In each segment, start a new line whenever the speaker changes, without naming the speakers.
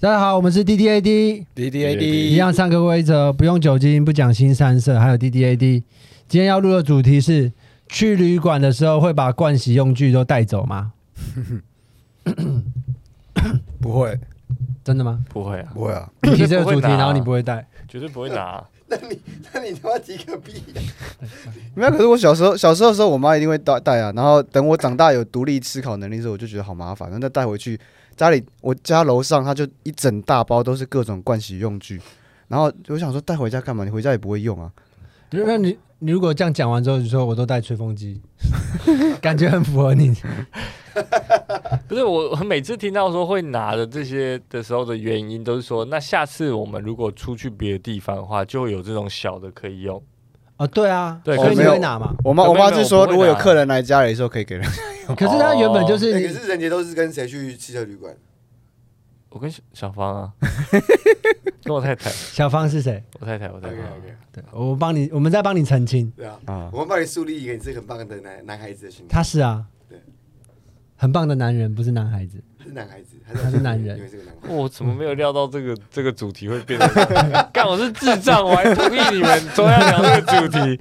大家好，我们是 D D A D，
D D A
DDAD
一
D
样上课规则，不用酒精，不讲新三色，还有 D D A D。今天要录的主题是：去旅馆的时候会把盥洗用具都带走吗？
不会
真的吗？
不会啊，
不会啊，
你提这个主
不会
题，
拿啊
然后你不会带，
绝对不会拿。啊
那你那你他妈提个屁、呀！
没有，可是我小时候小时候的时候，我妈一定会带带啊。然后等我长大有独立思考能力之后，我就觉得好麻烦。那再带回去家里，我家楼上他就一整大包都是各种盥洗用具。然后我想说带回家干嘛？你回家也不会用啊。
那你你如果这样讲完之后，你说我都带吹风机， 感觉很符合你。
不是我，我每次听到说会拿的这些的时候的原因，都是说，那下次我们如果出去别的地方的话，就会有这种小的可以用。
哦，对啊，
对
所以
可
你
是
会拿嘛？
我妈
没有
我妈是说，
没
如
有我不会拿
果有客人来家里的时候可以给人。
可是他原本就
欸
是
可是人杰都是跟谁去汽车旅馆？
我跟小小 芳啊，跟我太太，
小芳是谁？
我太太，我太太
OK，OK
嗯
对我帮你，我们再帮你澄清，
对啊，
啊
我们帮你树立一个你是很棒的男男孩子的形象。
他是啊
对，
很棒的男人，不是男孩子。
他是男孩子，
他是男人
因为是个男孩子。
我怎么没有料到这个这个主题会变成这 样？干，我是智障，我还同意你们说要聊这个主题。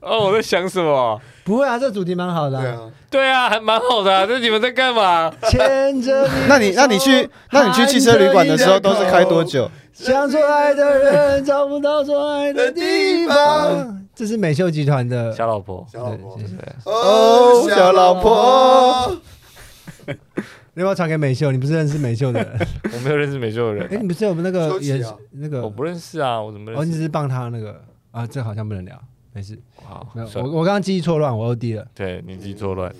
哦，我在想什么？
不会啊，这主题蛮好的
对
啊、
啊，
对啊，还蛮好的、啊。那你们在干嘛？
牵着你，
那你那你去那你去汽车旅馆的时候都是开多久？
想做爱的人，找不到做爱的地方。 这是美秀集团的，
小老婆，
小老婆
对，
对，
哦小老婆，
你要不要传给美 秀？你不是认识美秀的人？
我没有认识美秀的人啊、
哎，你不是有那个
秋
也
琪
是
啊
那个
我？不认识啊，我怎么
嗯哦，
认
你
识？
只是帮他那个啊，这好像不能聊，没事。
好
没有，，
算
我
了
我刚刚记忆错乱，我 OD 了。
对你自己作乱。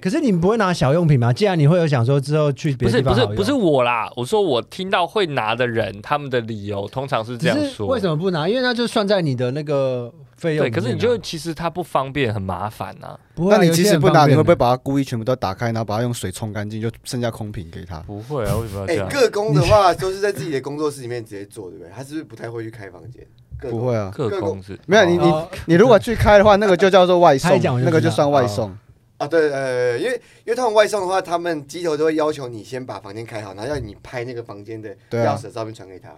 可是你们不会拿小用品吗？既然你会有想说之后去别
不
的
是
地
不
方
是
好用
不是，我啦，我说我听到会拿的人，他们的理由通常是这样
只是
说。
为什么不拿？因为那就算在你的那个费用里面
对，
啊。
可是你就其实它不方便，很麻烦呐、
不会啊，
那你
有些
即使
很
不
方
拿，你
便
会不
的
会把它故意全部都打开，然后把它用水冲干净，就剩下空瓶给他？
不会啊，为什么要这
哎
样？，
各工的话都是在自己的工作室里面直接做，对不对？他是不是不太会去开房间？各工
不，会啊，
各
各
公司
没有你
哦
你如果去开的话，那个就叫做外
他一
送
讲我，就
那个
知道哦
就算外送。
啊，对对对，对因为因为他们外送的话，他们机头都会要求你先把房间开好，然后要你拍那个房间的
对啊
钥匙的照片传给他，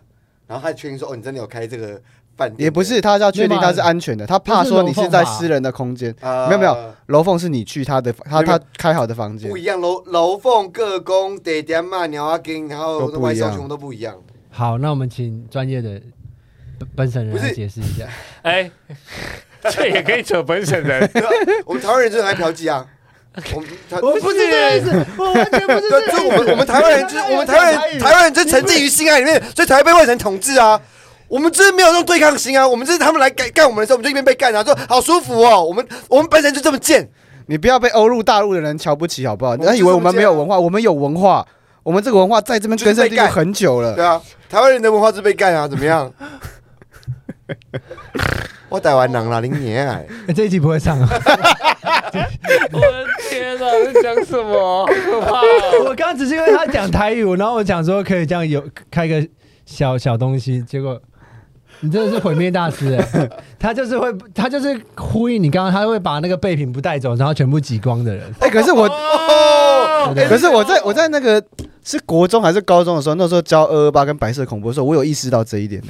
然后他确定说哦，你真的有开这个饭店的，
也不是，他是要确
没
定
有吧
他是安全的，他怕说你是在私人的空间。
啊，
没有没有楼凤是你去他的他
没有
他开好的房间
不，一样，楼楼凤各工得点嘛，鸟阿金，然后
都不一样
外送全部都不一样。
好，那我们请专业的本本省人
不是
来解释一 下。
哎， 这也可以扯本省 人。
我们台湾人就是很爱嫖妓 啊，我们台
我不是这个意思，我完全不是这
对， 就是我
个意
们
思。
我们台湾人就是 我们台湾人 台湾人就沉浸于性爱里面，所以才会被外省人统治啊。我们就是没有那种对抗心啊，我们就是他们来干干我们的时候，我们就一边被干，然后说好舒服哦。我们我们本身就这么贱，
你不要被欧陆大陆的人瞧不起好不好？
我们
他以为我们
就是这
没
样
有文化，我们有文化，我们这个文化在这边根深蒂
就是被
固
干
很久了
对。啊，台湾人的文化就是被干啊，怎 么样？我台湾人啦，零年哎，
欸 这一集不会上啊！
我的天哪、在讲什么？好可怕、
啊 我刚刚只是因为他讲台语，然后我讲说可以这样有开个小小东西，结果你真的是毁灭大师 哎！他就是会，他就是呼应你刚刚，他会把那个备品不带走，然后全部挤光的人。
哎，可是我
哦！
哎
对
可是我在我在那个是国中还是高中的时候，那时候教二二八跟白色恐怖的时候，我有意识到这一点。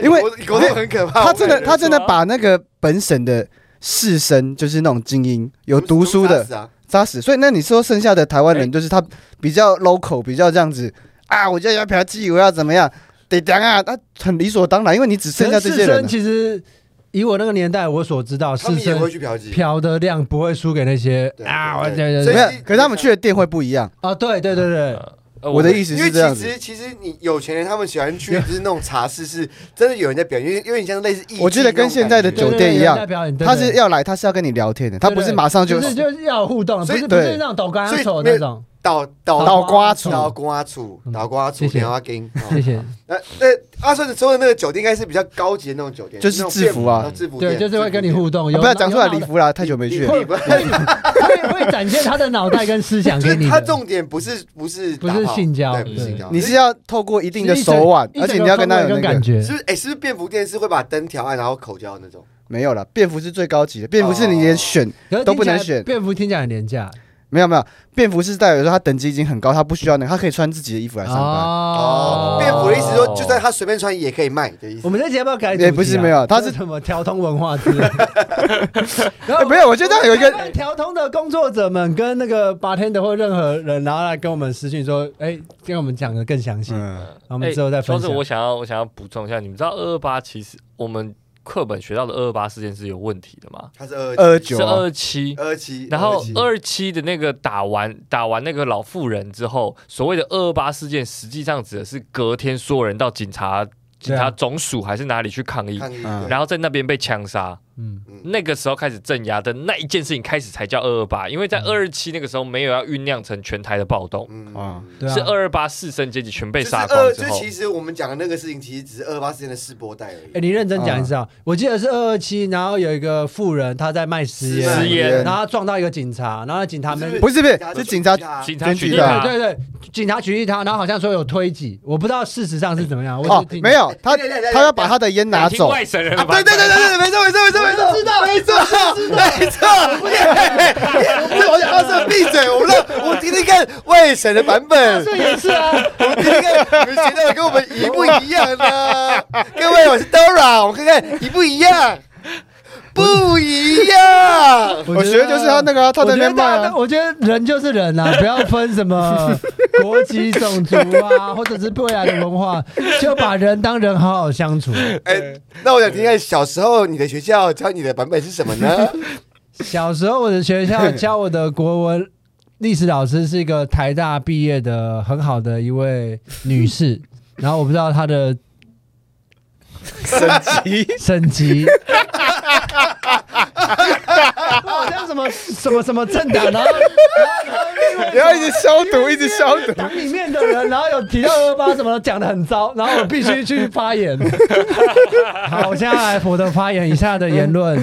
因为
国内很可怕，
他真的
啊我
他真的
说啊
把那个本省的士绅，就是那种精英有读书的，
杀死啊，
扎实。所以那你说剩下的台湾人，就是他比较 local，比较这样子啊，我就要嫖妓，我要怎么样？得讲啊，他很理所当然，因为你只剩下这些
可是士
人啊
绅
了。
其实以我那个年代，我所知道，士
啊他们也会
绅
去嫖妓。
嫖的量不会输给那些
对
啊，我
对
对对
所
没
对
以
有，可是他们去的店会不一样。
啊，对对对对。
呃
我的意思
因为
是这样子
其，实其实你有钱人他们喜欢去就是那种茶室，是真的有人在表演，因为因为你像类似艺，
我觉得跟现在的
对
酒店一样
对对对人家表演对
他
对
是要来，他是要跟你聊天的，他
对
不
对
是马上就
就是就是要有互动，不
所以
是不是
对
那种抖干
所以
手
没
那
有
种。
倒倒
倒
瓜
醋
倒瓜醋
嗯，
倒瓜醋，
谢谢
电话 给你。哦
谢谢。
那那阿顺说的那个酒店应该是比较高级的那种酒店，
就是
那种
制服啊
便服制服
对，
店
就是会跟你互动，
啊
有
不要讲出来礼
服，
服啦，太久没去了。
会会，
会会展现他的脑袋跟思想
就
给你的。
是他重点不是不是
不是
打炮
性交
对，不是
对
性交，
你是要透过一定的
是一整
手腕，
一
而
整个
且你要跟他
氛围
有那
感
个
觉
是。不是？哎，是不是便服店是会把灯调暗然后口交的那种？
没有了。便服是最高级的，便服是你连选
可是
都不能
听起来
选
便服听起来很廉价
啊没有没有，便服是代表说他等级已经很高，他不需要那个，他可以穿自己的衣服来上班。
哦
便说就算他随便穿也可以卖的意
我
思。
们这节目改主题啊
也不是没有他是
这什么调通文化之类的。然
哎，
后
没有，我觉得有一个
台湾调通的工作者们跟那个 bartender 或任何人，然后来跟我们私讯说，哎，跟我们讲的更详细，然
嗯，
后我们之后再分
说是
享。
哎我想要我想要补充一下，你们知道二二八其实我们课本学到的二二八事件是有问题的吗？
他是二
二
是
九啊，
二七。
二七，
然后
27
二七的那个打完打完那个老妇人之后，所谓的二二八事件，实际上指的是隔天所有人到警察警察总署还是哪里去抗议，
抗议，
嗯
对啊
然后在那边被枪杀。
嗯，
那个时候开始镇压的那一件事情开始才叫二二八，因为在二二七那个时候没有要酝酿成全台的暴动，
嗯
啊
对啊
是二二八士绅阶级全被
就是
杀光
二，
之
就
后
其，实我们讲的那个事情，其实只是二八事件的世波代而
哎，
已。
你认真讲一下，我记得是二二七，然后有一个富人他在卖食烟
食烟，
私烟
烟
然后他撞到一个警察，然后警察们
不是不是
家，
是警察
警
检
察取
举
缔
的
啊，
对对对，警察取缔他，然后好像说有推挤，我不知道事实上是怎么样。我
哦
只听，
没有，他
对对对对
他要把他的烟拿
你听
走，
外省人
啊，
了吧？
对对对对对，没错没错没错没错，知道没错没错，耶这我想要是闭嘴，我让我听听看外省的版本，
这也是啊，
我们听听看你们学到的跟我们一不一样呢？各位，我是 Dora，我看看一不一样，不一样。
我学的就是他那个啊他在那边卖啊
我觉得大家我觉得人就是人啊，不要分什么国籍、种族 啊，或者是未来的文化，就把人当人好好相处。
哎， 那我想听看小时候你的学校教你的版本是什么呢？
小时候我的学校教我的国文历史老师是一个台大毕业的很好的一位女士，然后我不知道她的
升级
省级。好像什么什么什么政党，然后
不要一直消毒，一直消 毒。
党里面的人，然后有提到二八什么的讲的很糟，然后我必须去发言。好，我现在来我的发言以下的言论。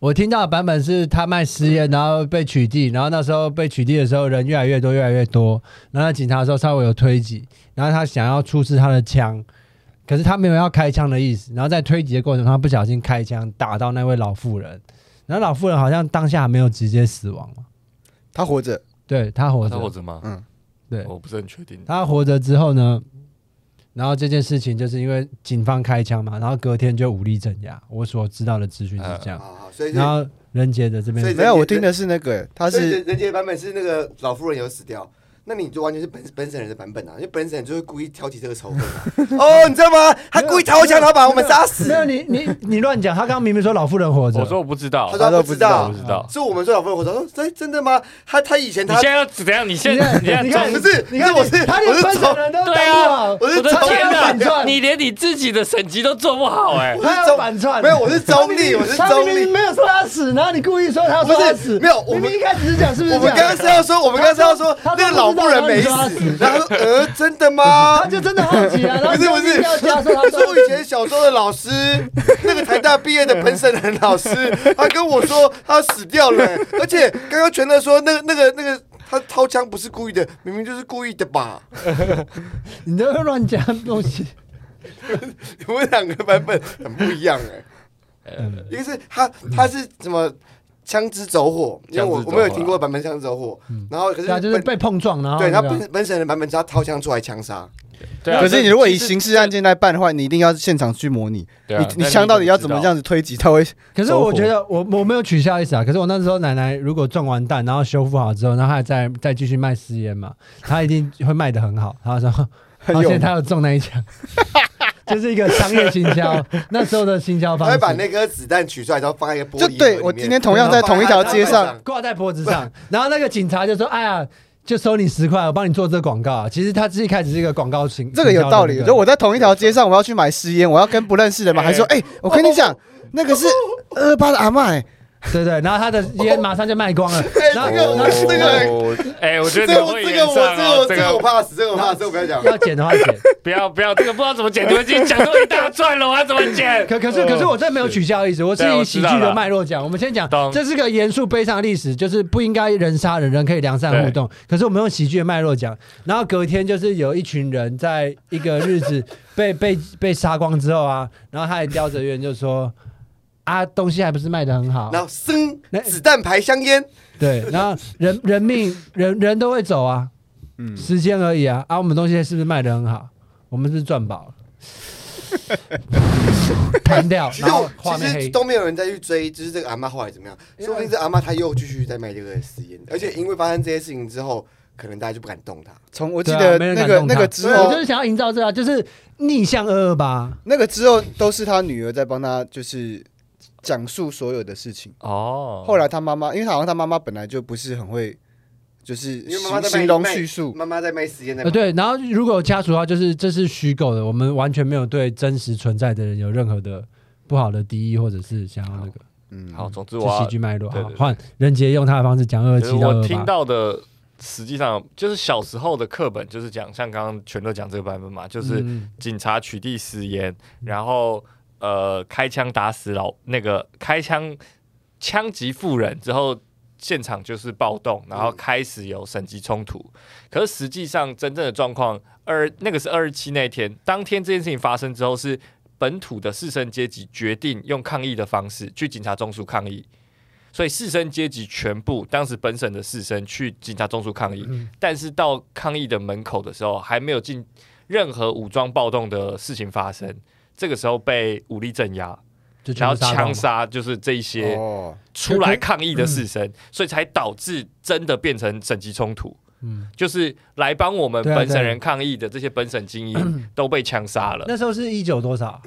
我听到的版本是他卖私烟，然后被取缔，然后那时候被取缔的时候人越来越多，越来越多。然后警察的时候稍微有推挤，然后他想要出示他的枪，可是他没有要开枪的意思。然后在推挤的过程中，他不小心开枪打到那位老妇人，然后老妇人好像当下还没有直接死亡嘛，
他活着，
对他活
他
着，
活着吗？
嗯，
对，
我不是很确定。
他活着之后呢，然后这件事情就是因为警方开枪嘛，然后隔天就武力镇压。我所知道的资讯
呃
是这样。
好好，所以
然后任杰的这
所以
边
没有，我听的是那个，他
所以
是
人人杰的版本是那个老妇人有死掉，那你就完全是本本省人的版本啊，因为本省人就是故意挑起这个仇恨、 啊。哦，你知道吗？他故意掏枪，然后把我们杀死
没。有你你你乱讲，他刚刚明明说老妇人活着，
我说我不知道
他，说他
都
不
不
知
知
我
道
不，知道。
是我们说老妇人活着。我说哎，真的吗？他他以前
你
他
现在要怎样？你现
你
在
看
你现
你看
在装
不是
你看
不是
他
我
连
是
分手人都当
对
不
啊，
好，
我是
的
超
天
级反
哪！
转
你连你自己的省级都做不好哎、
我
他
是
要
中
反串，
没有，我是中立，我是
他
中
明明
立。
没有说他死，然后你故意说他说他死，
没有我们
明明一开始是讲是不是
我
这
们
样？
刚刚是要说，我们刚刚是要说
他
那个老妇人没死，然后他说呃，真的
他
吗？
就真的好奇啊，然后
不是不是，
一定要加说他
是我以前小时候的老 师，那个台大毕业的本省人老师，他跟我说他死掉了、欸而且刚刚全乐说那个那个那个他掏枪不是故意的，明明就是故意的吧？
你都会乱加东西。
你们两个版本很不一样哎、一个是他他是什么枪支走火，因为
枪
我
支走火
我
啊
没有听过版本枪支走火，然后可是
对啊，就是
本
被碰撞，然后
对他
那个
本本省人版本是他掏枪出来枪杀，
对啊，
可是你如果以
这
刑事案件来办的话，你一定要现场去模拟，
对啊
你你枪到底要怎么样？子推挤，他会
可是我觉得我我没有取消意思啊。可是我那时候奶奶如果撞完蛋，然后修复好之后，然后她还再再继续卖私烟 嘛，她一定会卖的很好。然后说，
很
而
有
且她有中那一 枪，就是一个商业行销，那时候的行销
他
方
会
式。
把那颗子弹取出来，然后放在一个玻璃盒
就
里面。
对我今天同样在同一条街
然后
上
放，
挂在脖子上，然后那个警察就说：“哎呀，就收你十块，我帮你做这广告啊。”其实他自己开始是一个广告行，
这个有道理。
行
就
销
我在同一条街上，我要去买私烟，我要跟不认识的嘛，还说哎，我跟你讲，那个是二八的阿嬷，哎
对对，然后他的烟马上就卖光了，然后
哎这个
然后
这个
个，哎、我觉
这
得你
个我
会
这
演
个
上
我这个
哦这
我，这个我
个
怕死，这个我怕死，这个我不要讲。
要剪的话剪。
不要不要，这个不知道怎么剪，你们已经讲这么一大串了，我要怎么 剪？
可可是可是我真的没有取消的意思，我是
哦对啊
以
我
喜
知
剧
道
的
啦
脉络讲。我们先讲
懂，
这是个严肃悲伤的历史，就是不应该人杀人，人可以良善互动。可是我们用喜剧的脉络讲，然后隔天就是有一群人在一个日子 被被被杀光之后啊，然后他也叼着烟就说。 啊，东西还不是卖的很好，
然后生
那
子弹牌香烟，
对，然后人人命人人都会走啊，
嗯
时间而已啊，啊，我们东西是不是卖的很好？我们是不是赚饱了，弹掉，
其
然
实
后
我
画面
其实
黑。
都没有人再去追，就是这个阿妈后来怎么样？说不定这阿妈她又继续在卖这个实验，而且因为发生这些事情之后，可能大家就不敢动她。
从我记
对啊
得
没人
那
敢
个
动
那
他
个之
对我
后
就，是想要营造这样，啊就是逆向二二八，
那个之后都是他女儿在帮他，就是讲述所有的事情。
哦，
后来他妈妈，因为好像他妈妈本来就不是很会，就是
因为妈妈
形
在卖
形容
卖
叙述，
妈妈在卖实验，在
呃，对。然后如果有家属的话，就是这是虚构的，我们完全没有对真实存在的人有任何的不好的敌意，或者是想要那个
嗯，
好，，总之
这
我要
戏剧脉络。
对
好
对对
换任杰用他的方式讲二二
就是
七到
我
二
听
八，
到的，实际上就是小时候的课本就是讲，像刚刚全都讲这个版本嘛，就是
嗯
警察取缔私烟，然后呃开枪打死老那个开枪枪击妇人之后。现场就是暴动，然
嗯
后开始有省级冲突。可是实际上，真正的状况二那个是二十七那一天，当天这件事情发生之后，是本土的士绅阶级决定用抗议的方式去警察总署抗议，所以士绅阶级全部当时本省的士绅去警察总署抗议，
嗯
但是到抗议的门口的时候，还没有进任何武装暴动的事情发生，这个时候被武力镇压，
就全
然后
部杀光
枪
嘛
杀，就是这一些
哦，
出来抗议的
嗯
士绅，所以才导致真的变成省级冲突。
嗯，
就是来帮我们
对啊
本省
对
人抗议的这些本省精 英都被枪杀了。
那时候是一九多少？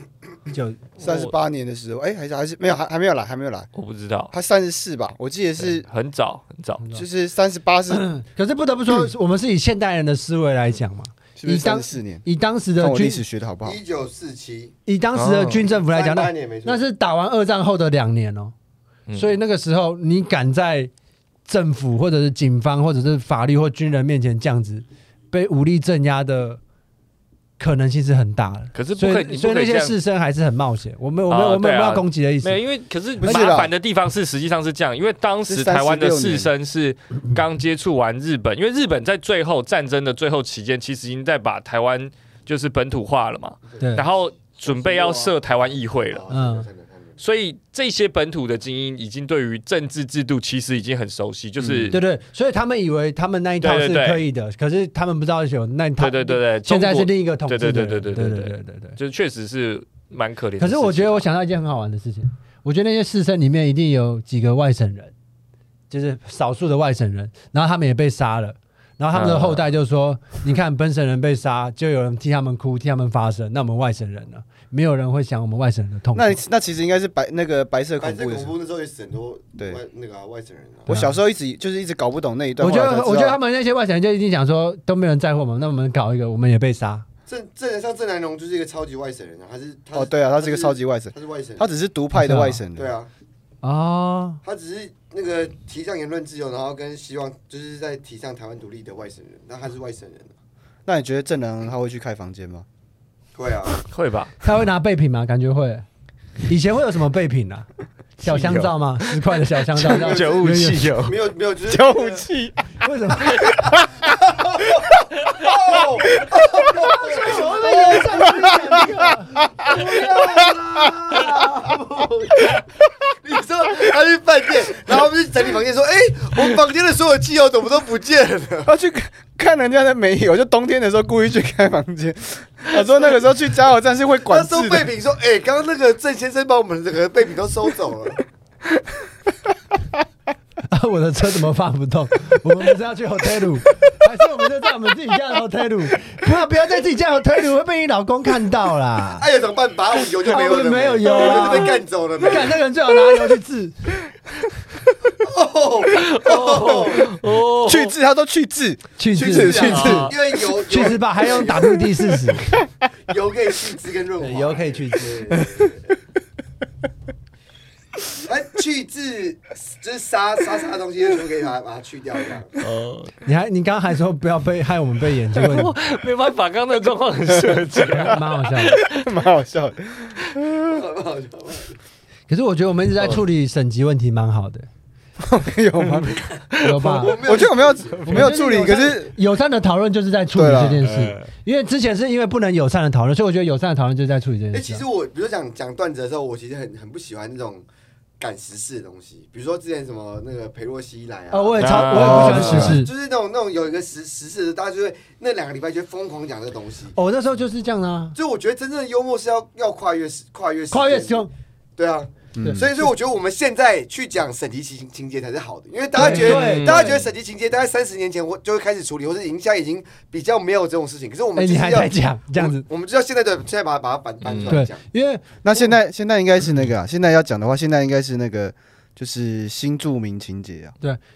一九
三十八年的时候，哎，还是还是没有，还还没有来，还没有来，
我不知道，
他三十四吧，我记得是
很早很早，
嗯
就是三十 八是
可是不得不说，我们是以现代人的思维来讲嘛，
是不是
你当
三四年？
以当时
看
的
我
军
历，史学的好不好？
一九四七，
以当时的军政府来讲，
八
那
年没错，
那是打完二战后的两年哦、
嗯
所以那个时候你敢在政府或者是警方或者是法律或军人面前这样子被武力镇压的。可能性是很大的，
可是不
所
可以
以所以
你不可
那
以
些
这样
士绅还是很冒险。我们我们
啊
我们
对啊
有没有攻击的意思
没，有，因为可是
不是
麻
啦
烦的地方是，实际上是这样，因为当时
是
台湾的
36
士绅是刚接触完日本，因为日本在最后战争的最后期间，其实已经在把台湾就是本土化了嘛，
对，
然后准备要设台湾议会了。
嗯
嗯，
所以这些本土的精英已经对于政治制度其实已经很熟悉，就是、
对对，所以他们以为他们那一套
对
是
对对
可以的，可是他们不知道有那一套。
对对对对，
现在是
中国
另一个统治的人。
对对对
对对
对对
对对对
就是确实是蛮可怜的事情啊。
可是我觉得 我想到一件很好玩的事情，我觉得那些士绅里面一定有几个外省人，就是少数的外省人，然后他们也被杀了。然后他们的后代就说：“
嗯
你看，本省人被杀，就有人替他们哭，替他们发声。那我们外省人呢？没有人会想我们外省人的痛苦。
那那其实应该是白那个白色
白
恐怖
色
的
恐
时候。
怖那时候也死很多
对
外那个啊外省人啊，
我小时候一直就是一直搞不懂那一段，
我觉
后来才
得，
知道
我觉得他们那些外省人就一定想说，都没有人在乎我们，那我们搞一个，我们也被杀。
郑郑仁像郑南龙就是一个超级外省人啊，他是他是
哦，对啊，他是一个超级外省，
他是外省人，
他只是独派的外省人。
对啊，
哦，
他只是那个提倡言论自由，然后跟希望就是在提倡台湾独立的外省人，那他是外省人啊，
那你觉得郑南他会去开房间吗？
对啊，
会吧，
他会拿备品吗？感觉会。以前会有什么备品啊？ 小香皂吗？十块的小香皂，让
九
远远
有
没有没 有就是
九五器，
为什么？
哦
我会被延上去讲这个
你说他去饭店，然后他们去整理房间，说：“哎、我们房间的所有汽油怎么都不见了
他去看看人家的没有，就冬天的时候故意去开房 间。他说那个时候去加油站是会？” 管
他
制
收备
的，
品说：“哎、刚刚那个郑先生把我们的这个备品都收走了。
啊！我的车怎么发不动？ 我们不是要去 hotel 路，还是我们就在我们自己家的 hotel 路？不要不要在自己家的 hotel 路会被你老公看到 啦！
哎呀，怎么办？把我油就没有
啊我
了，
们没有油啊
我 们就被干走 了。
你敢那个人最好拿油去治，
哦
哦，
去渍他都去 渍，
去治
去渍去
啊
渍。
因为 油
去治
油
吧，还用打入第四十，
油可以去脂跟润
对
滑，
油可以去治。
对。对对对哎，去渍就是沙沙沙的东西，全部可以把它把它去掉， 这样
你还你刚刚还说不要被害我们被眼睛，结果
没办法，刚刚那个状况很 设计。
你蛮好笑的。
蛮好笑的。
很好笑。
可是我觉得我们一直在处理省级问题，蛮好 的，
有吗？
有吧？
我觉得我没有，我没有处理，可是
友善的讨论就是在处理这件事，因为之前是因为不能友善的讨论，所以我觉得友善的讨论就是在处理这
哎、
件事
其
啊。
实我比如讲讲段子的时候，我其实很很不喜欢那种赶时事的东西，比如说之前什么那个裴洛西来啊，
哦，我也超，
啊
我也不喜欢时事。
哦就是那种那种有一个时时事，大家就会那两个礼拜就会疯狂讲这个东西。
哦，那时候就是这样啊，
所以我觉得真正的幽默是要要跨越时跨越时间
跨越时空，
对啊，
对
所以所以我觉得我们现在去讲省级情情节才是好的，因为大家觉得
对
大家觉得省级情节大概三十年前我就会开始处理，或者现在已经比较没有这种事情，可是我
哎，
们就
你
是
还
要
在讲这样子，嗯
我，我们就要现在的现在把它把它搬搬出来
对
讲。，
因为
那现在现在应该是那个啊，现在要讲的话，现在应该是那个就是新著名情节啊，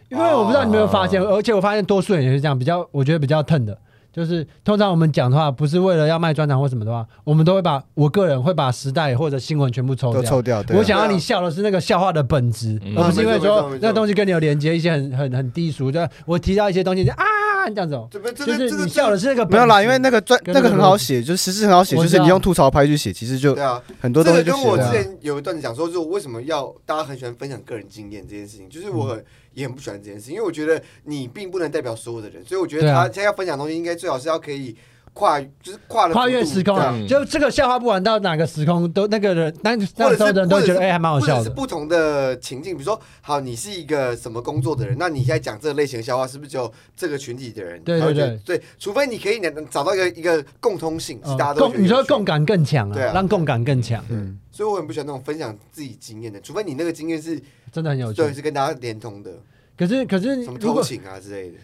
因为我不知道你有没有发现，而且我发现多数人也是这样，比较我觉得比较疼的，就是通常我们讲的话，不是为了要卖专场或什么的话，我们都会把我个人会把时代或者新闻全部抽
都
掉。
抽掉。对啊
我想要你笑的是那个笑话的本质，
嗯
而不是因为
啊没错没错
说
没错
那个东西跟你有连接，一些很很很低俗，就我提到一些东西你就啊这样子哦，
这边这
就
个
是
这个
你笑的是那个本质
没有啦，因为那个专
跟
那
那个
个很好写，就是实事很好写，
我
就
知道
是你用吐槽拍去写，其实就
对啊，
很
这
多东
个
西就
跟
写
我
了
之
啊。
前有一段讲说，是我为什么要大家很喜欢分享个人经验这件事情，就是
嗯
我很也很不喜欢这件事情，因为我觉得你并不能代表所有的人，所以我觉得
对啊
他现在要分享的东西，应该最好是要可以跨，就是跨了
跨越
幅度
时空
对啊
啊，就这个笑话不管到哪个时空都那个人，那那时候的人都觉得哎还蛮好
或
笑
者是
的，
不同的情境，比如说，好，你是一个什么工作的人，那你现在讲这个类型的笑话，是不是只有这个群体的人？
对对嗯
然后觉得对，除非你可以能找到一个一个共通性，是大家都觉
哦共
得
你说
有趣
共，感更强
对啊
啊，让共感更强，
嗯，
所以我很不喜欢那种分享自己经验的，除非你那个经验是
真的很有趣
对。是跟大家连通的，
可是可是
什么
如
偷
果
情啊之类的。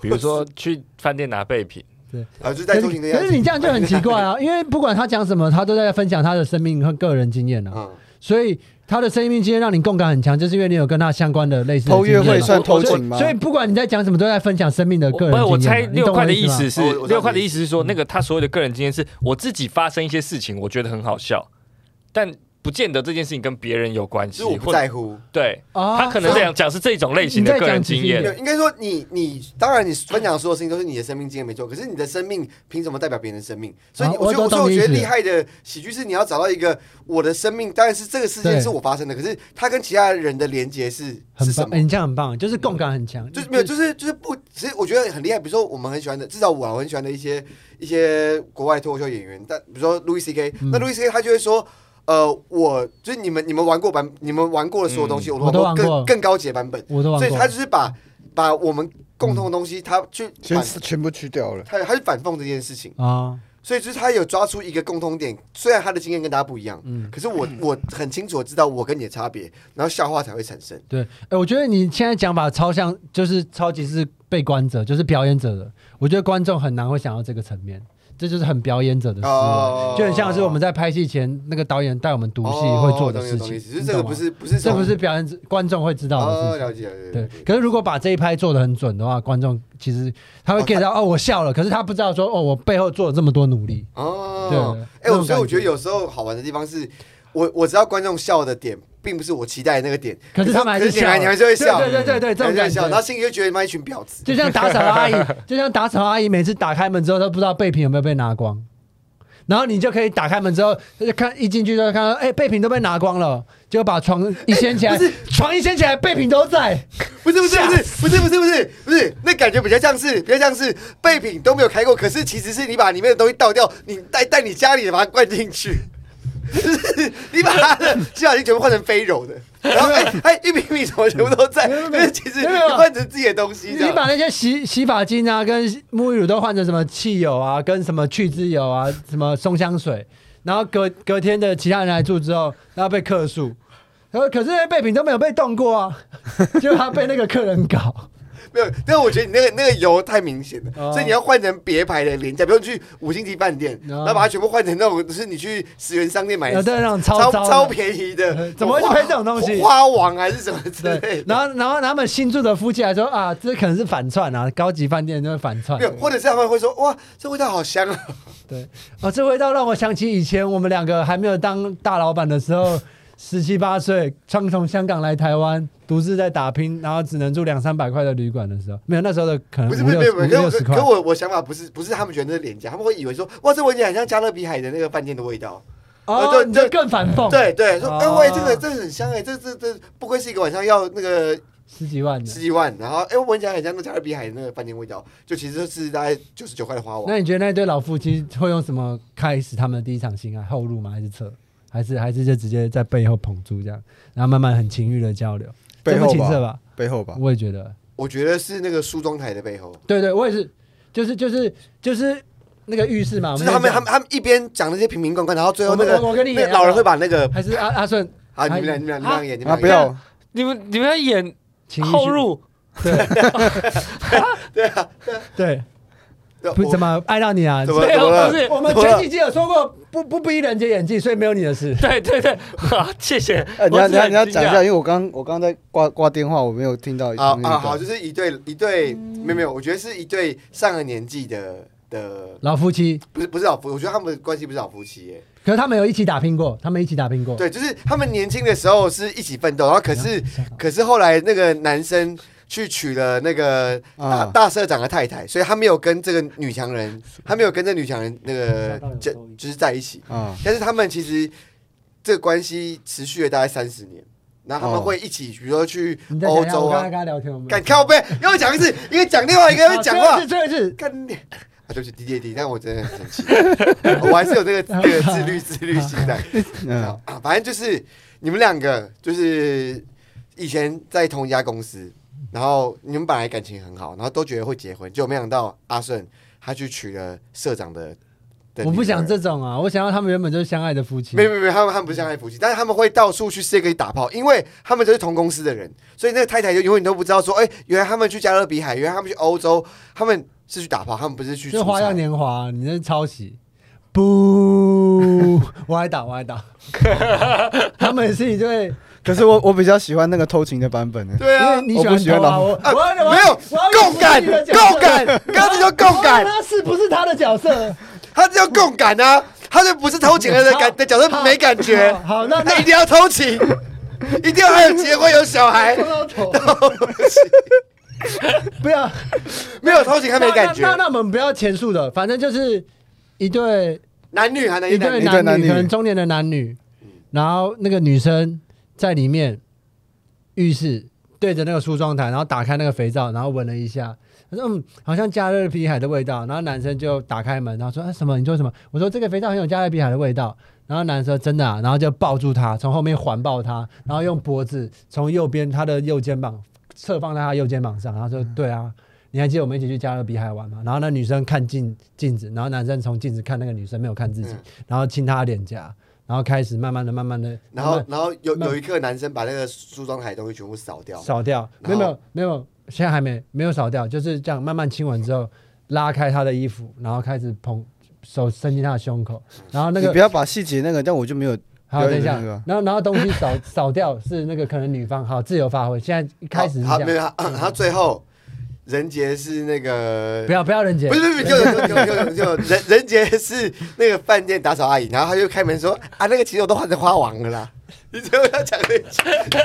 比如说去饭店拿备品，
啊，就
可
是在
是
偷情的样
可
子。
是你这样就很奇怪啊，因为不管他讲什么，他都在分享他的生命和个人经验啊，
嗯，
所以他的生命经验让你共感很强，就是因为你有跟他相关的类似的
偷约
经验
会
啊
算偷
所以
情吗？
所以不管你在讲什么，都在分享生命的
我
个人
不
经验
是
啊。
我猜
你
六
懂我
块的
意
意
思吗
思
哦我
是
我懂
六块的
你的
意思是说，那个他所有的个人经验是我自己发生一些事情，我觉得很好笑，但不见得这件事情跟别人有关系，
其实我不
或
在乎。
对
啊
他可能这样讲是这种类型的个人经
没
对
有，
验，
应该说你你当然你分享的所有事情都是你的生命经验没错，可是你的生命凭什么代表别人的生命？所以
啊
你我觉得，
我懂
所以我
你
觉
意思
得厉害的喜剧是你要找到一个我的生命，当然是这个事件
对
是我发生的，可是它跟其他人的连接是是
很
什
棒，
么
哎？你这样很棒，就是共感很强，
就是没有，就是就是不，其实我觉得很厉害。比如说我们很喜欢的，至少我啊我很喜欢的一些一些国外脱口秀演员，但比如说 Louis C K，、那
嗯
Louis C K 他就会说，呃，我就是你们你们玩过版，你们玩过的所有东西，
嗯
我都玩
我都玩过
更更高级的版本，
我都玩
所以
过
他。就是把把我们共同的东西，他
嗯
去反，
全部去掉了。
他他去反讽这件事情，
啊，
所以就是他有抓出一个共通点，虽然他的经验跟大家不一样，
嗯，
可是我我很清楚地知道我跟你的差别，然后笑话才会产生。
对，哎、我觉得你现在讲法超像，就是超级是被观者，就是表演者的。我觉得观众很难会想到这个层面，这就是很表演者的思维，
哦
就很像是我们在拍戏前那个导演带我们读戏会做
哦
的事情。
只是
你
这个
懂吗
不是不是
这不
从
是表演者观众会知道的
哦，
事情。
了解了解。
对，可是如果把这一拍做的很准的话，观众其实他会
哦
get 到哦，我笑了，可是他不知道说哦，我背后做了这么多努力。
哦
对，
哎，
那
我
种
所以我
感
觉得
觉
有时候好玩的地方是，我我知道观众笑的点，并不是我期待的那个点，
可是他们还
可
是
是你
笑
还
了，
你还是会笑，
对对对对对，这种
你还
感
是会笑，然
觉
后。心里就觉得妈一群婊子。
就像打扫阿 姨，就像打扫阿姨，每次打开门之后都不知道备品有没有被拿光，然后你就可以打开门之后，就看一进去就看到，哎、备品都被拿光了，就把床一掀起来，
不是
床一掀起来，备品都在，
不是不是不是不是不是不是不是，那感觉比较像是比较像是备品都没有开过，可是其实是你把里面的东西倒掉，你带带你家里的把它灌进去。就是你把它的洗发精全部换成非柔的，然后哎哎一瓶米什么全部都在，但是其实
没
你
有
换成自己的东西
你
这样，
把那些洗洗发精啊、跟沐浴乳都换成什么汽油啊、跟什么去脂油啊、什么松香水，然后隔隔天的其他人来住之后，然后被客诉，然后可是那些备品都没有被动过啊， 就他被那个客人搞。
没有，但我觉得你那个那个油太明显了，
哦
所以你要换成别牌的廉价，比如你去五星级饭店，
哦
然后把它全部换成那种，就是你去十元商店买
呃，对，那种超
超
糟的
超便宜的
呃，怎么会去配这种东西
花花王还是什么之类
对，
的。
然后然后他们新住的夫妻还说啊，这可能是反串啊，高级饭店就会反串
没。有，或者是他们会说哇，这味道好 香啊！
对，哦，这味道让我想起以前我们两个还没有当大老板的时候，十七八岁，刚从香港来台湾，独自在打拼，然后只能住两三百块的旅馆的时候，没有那时候的可能
不是
五
不是
六
不是，
五
不是
六
可
十
可
块
可。我我想法不是不是他们觉得那是廉价，他们会以为说哇，这闻起来很像加勒比海的那个饭店的味道。呃
哦，
对
你就
对
更反讽，，
对对，说
哦
哎喂，这个这个很香哎，这这这不愧是一个晚上要那个
十几万的
十。几万，然后哎，闻起来很像那加勒比海的那个饭店味道，就其实是大概九十九块的花王。
那你觉得那对老夫妻会用什么开始他们的第一场性爱？后入吗？还是撤？还是还是就直接在背后捧住这样，然后慢慢很情欲的交流，
背
这不
后
情色
吧，
吧？
背后吧，
我也觉得，
我觉得是那个梳妆台的背后，
对对，我也是，就是就是就是那个浴室嘛，
就是他们
我
他们他们一边讲那些瓶瓶罐罐，然后最后
我
那
们
个
我我跟你
那
演
个老人会把那个
还是阿阿顺
啊，你们俩你们俩你们俩演你
啊
们
不
俩演，
要，
你们你们要演
情欲
后入，
对对
对
对，不
呃我
怎么爱到你啊？
怎么
对，
怎么
不
了
是，
我们前几集有说过不不逼人家演技，所以没有你的事。
对对对，好，谢谢。
哎
呃，你
我
要
只
你要
很
你要
惊
讲一
讶
下，因为我刚我刚在挂挂电话，我没有听到
啊
那
啊
个
好，就是一对一对没有没有，我觉得是一对上了年纪的的，
老夫妻，
不是不是老夫，我觉得他们的关系不是老夫妻耶，
可是他们有一起打拼过，他们一起打拼过。
对，就是他们年轻的时候是一起奋斗，然后可是可是后来那个男生。去娶了那个大
啊
大社长的太太，所以他没有跟这个女强人，他没有跟这女强人那个就就是在一起。
啊，
但是他们其实这个关系持续了大概三十年，然后他们会一起，比如说去
你在
欧
讲呀，
洲
我刚才
啊
跟，他聊天，我们
敢靠背，又讲一次，因为讲另外 一个又讲话
是，这是
干 你啊！对不起，滴滴滴，但我真的很生气，我还是有这个这个自律自律心的。
嗯
好啊，反正就是你们两个就是以前在同一家公司，然后你们本来感情很好，然后都觉得会结婚，结果没想到阿顺他去娶了社长的。的
我不
女儿
想这种啊，我想要他们原本就是相爱的夫妻。
没有没有没有，他们他们不是相爱夫妻，但是他们会到处去世界各地打炮，因为他们就是同公司的人，所以那个太太就永远都不知道说，哎、原来他们去加勒比海，原来他们去欧洲，他们是去打炮，他们不是去
就是
出
花
差
样年华》，啊你那是抄袭。不， 我挨打，我挨打。他们是一对，因
可是我我比较喜欢那个偷情的版本呢。
对啊
为，你喜欢
我不喜欢
偷啊，
老
我
啊
我要我
没有
要我要
共感
你的角色
共感，刚刚这叫共感，
他是不是他的角色？
他这叫共感啊，他就不是偷情的人的感的角色没感觉，
好好那
他
那
一定要偷情，一定要还有结婚有小孩，
碰到头， 不要，
没有偷情他没
那
感
那
觉，
那我们不要前述的，反正就是一对
男女还能
一
一男
对
女，
一对
男
男
女，
女
可能中年的男女，然后那个女生在里面浴室对着那个梳妆台，然后打开那个肥皂，然后闻了一下，她说嗯，好像加勒比海的味道。然后男生就打开门，然后说啊什么？你说什么？我说这个肥皂很有加勒比海的味道。然后男生说真的啊，然后就抱住她，从后面环抱她，然后用脖子从右边她的右肩膀侧放在她右肩膀上，然后
嗯
说对啊。你还记得我们一起去加勒比海玩吗？然后那女生看镜镜子，然后男生从镜子看那个女生，没有看自己，
嗯
然后亲她的脸颊，然后开始慢慢的、慢慢的，
然后
慢
然后有有一刻男生把那个梳妆台的东西全部扫掉
慢，扫掉，没
然
有
后
没有没有，现在还没没有扫掉，就是这样慢慢亲完之后，拉开她的衣服，然后开始捧手伸进她的胸口，然后那
你
个
不要把细节那个，但我就没有
好等一下
不要有那个，
然后然后东西扫扫掉是那个可能女方好自由发挥，现在一开始是
好，
这
好没有，
样，
他他最后人杰是那个
不。要不要人姐
不，是不是，不是就就就就就人人杰是那个饭店打扫阿姨，然后他就开门说啊，那个其实我都换成花王了啦。你最后要讲那句，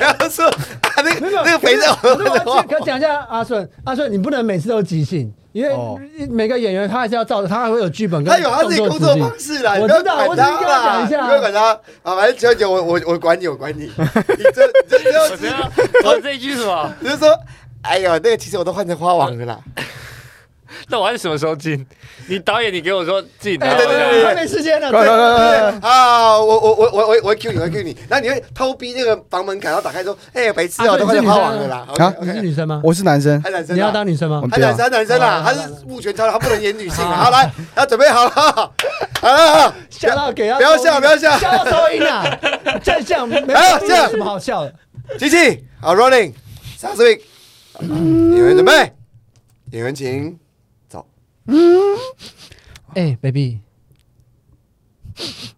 然后说啊，那个那个肥皂我
可
都
是
换成花
我
王。
可讲一下阿啊顺，阿顺，你不能每次都即兴，因
哦
为每个演员他还是要照着，他还会有剧本跟
他有他自己工
动
作
作指令
方式啦，你
我
不要
知道
管
我只是
他
跟他
啦，
讲一下
你不要管他啊，反正九九我我我管你，我管你，你这这这
我
要
这
知，
样，我这一句是什么？
你就说，哎呦，那个其实我都换成花王了啦。
那我按什么时候进？你导演，你给我说进，
哎
然后
对对对对
还没时间了，
快
对
快快快快！
啊！我我我我我我 Q 你，我 Q 你，然后你会偷逼那个房门卡，然后打开说：“哎，白痴哦，
啊
都快
对
点
你是
花
女生
王了啦！”
啊
你是女生吗？
我是男生，
还男生
你
啊，
要当女生吗
我？
他男生，他男生啦，
好
他
好
是物权超人，他不能演女性啊。好来，他准备好了，好了，
笑到给他
不要笑，不要笑，
笑到收音啊！真相没有
哎呀
没
这
有
样
什么好笑的。
琪琪，好，rolling，上 swing，演员准备，演员请走。
哎，baby，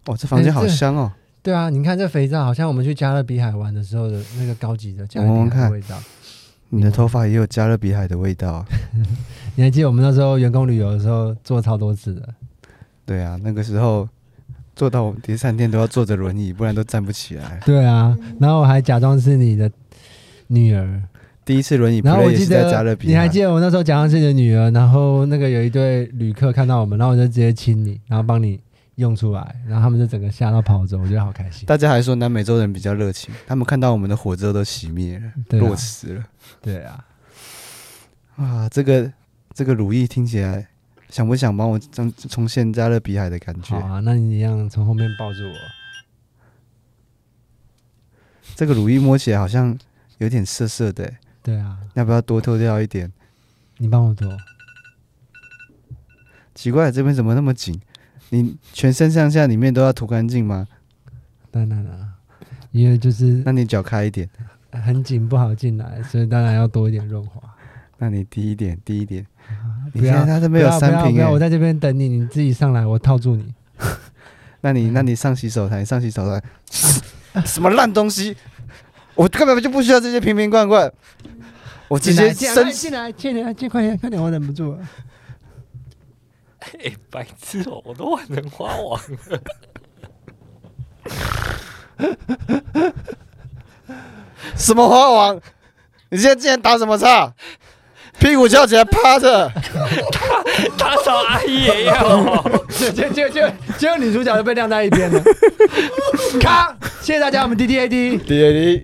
哇，这房
哎
间好香哦！
对啊，你看这肥皂，好像我们去加勒比海玩的时候的那个高级的加勒
我
比
闻闻
海的
看
味道。
你的头发也有加勒比海的味道啊。
你还记得我们那时候员工旅游的时候做超多次 的？
对啊，那个时候坐到我们第三天都要坐着轮椅，不然都站不起来。
对啊，然后我还假装是你的女儿。
第一次轮椅
然后
play
我
也
记
是在加勒
得，
比海，
你还记得我那时候假装是你的女儿，然后那个有一对旅客看到我们，然后我就直接亲你，然后帮你用出来，然后他们就整个吓到跑走，我觉得好开心。
大家还说南美洲人比较热情，他们看到我们的火之后都熄灭了，
对啊
落实了。
对啊，
啊，这个这个鲁艺听起来，想不想帮我重重现加勒比海的感觉
啊好？啊，那你一样从后面抱住我，
这个乳液摸起来好像有点涩涩的、欸，
对啊，
要不要多脱掉一点？
你帮我做，
奇怪，这边怎么那么紧？你全身上下里面都要涂干净吗？
当然了、因为就是
那你脚开一点，
很紧，不好进来，所以当然要多一点润滑。
那你低一点，低一点。你
不
现
要
在它这
不
边有
要
三
不要
瓶、
不要，我
欸，
在这边等你，你自己上来，我套住你。
那你那你上洗手台，上洗手台， 什么烂东西？我根本就不需要这些瓶瓶罐罐，我直
进来
接
进
伸
来，进来，进来，进快点，快点，我忍不住了。
哎、白痴哦、我都玩成花王了。
什么花王？你现在竟然打什么岔？屁股翘起来趴着，
打扫阿姨也要哦、
就就就就就女主角就被晾在一边了。咔！谢谢大家，我们 D D A D。
爹你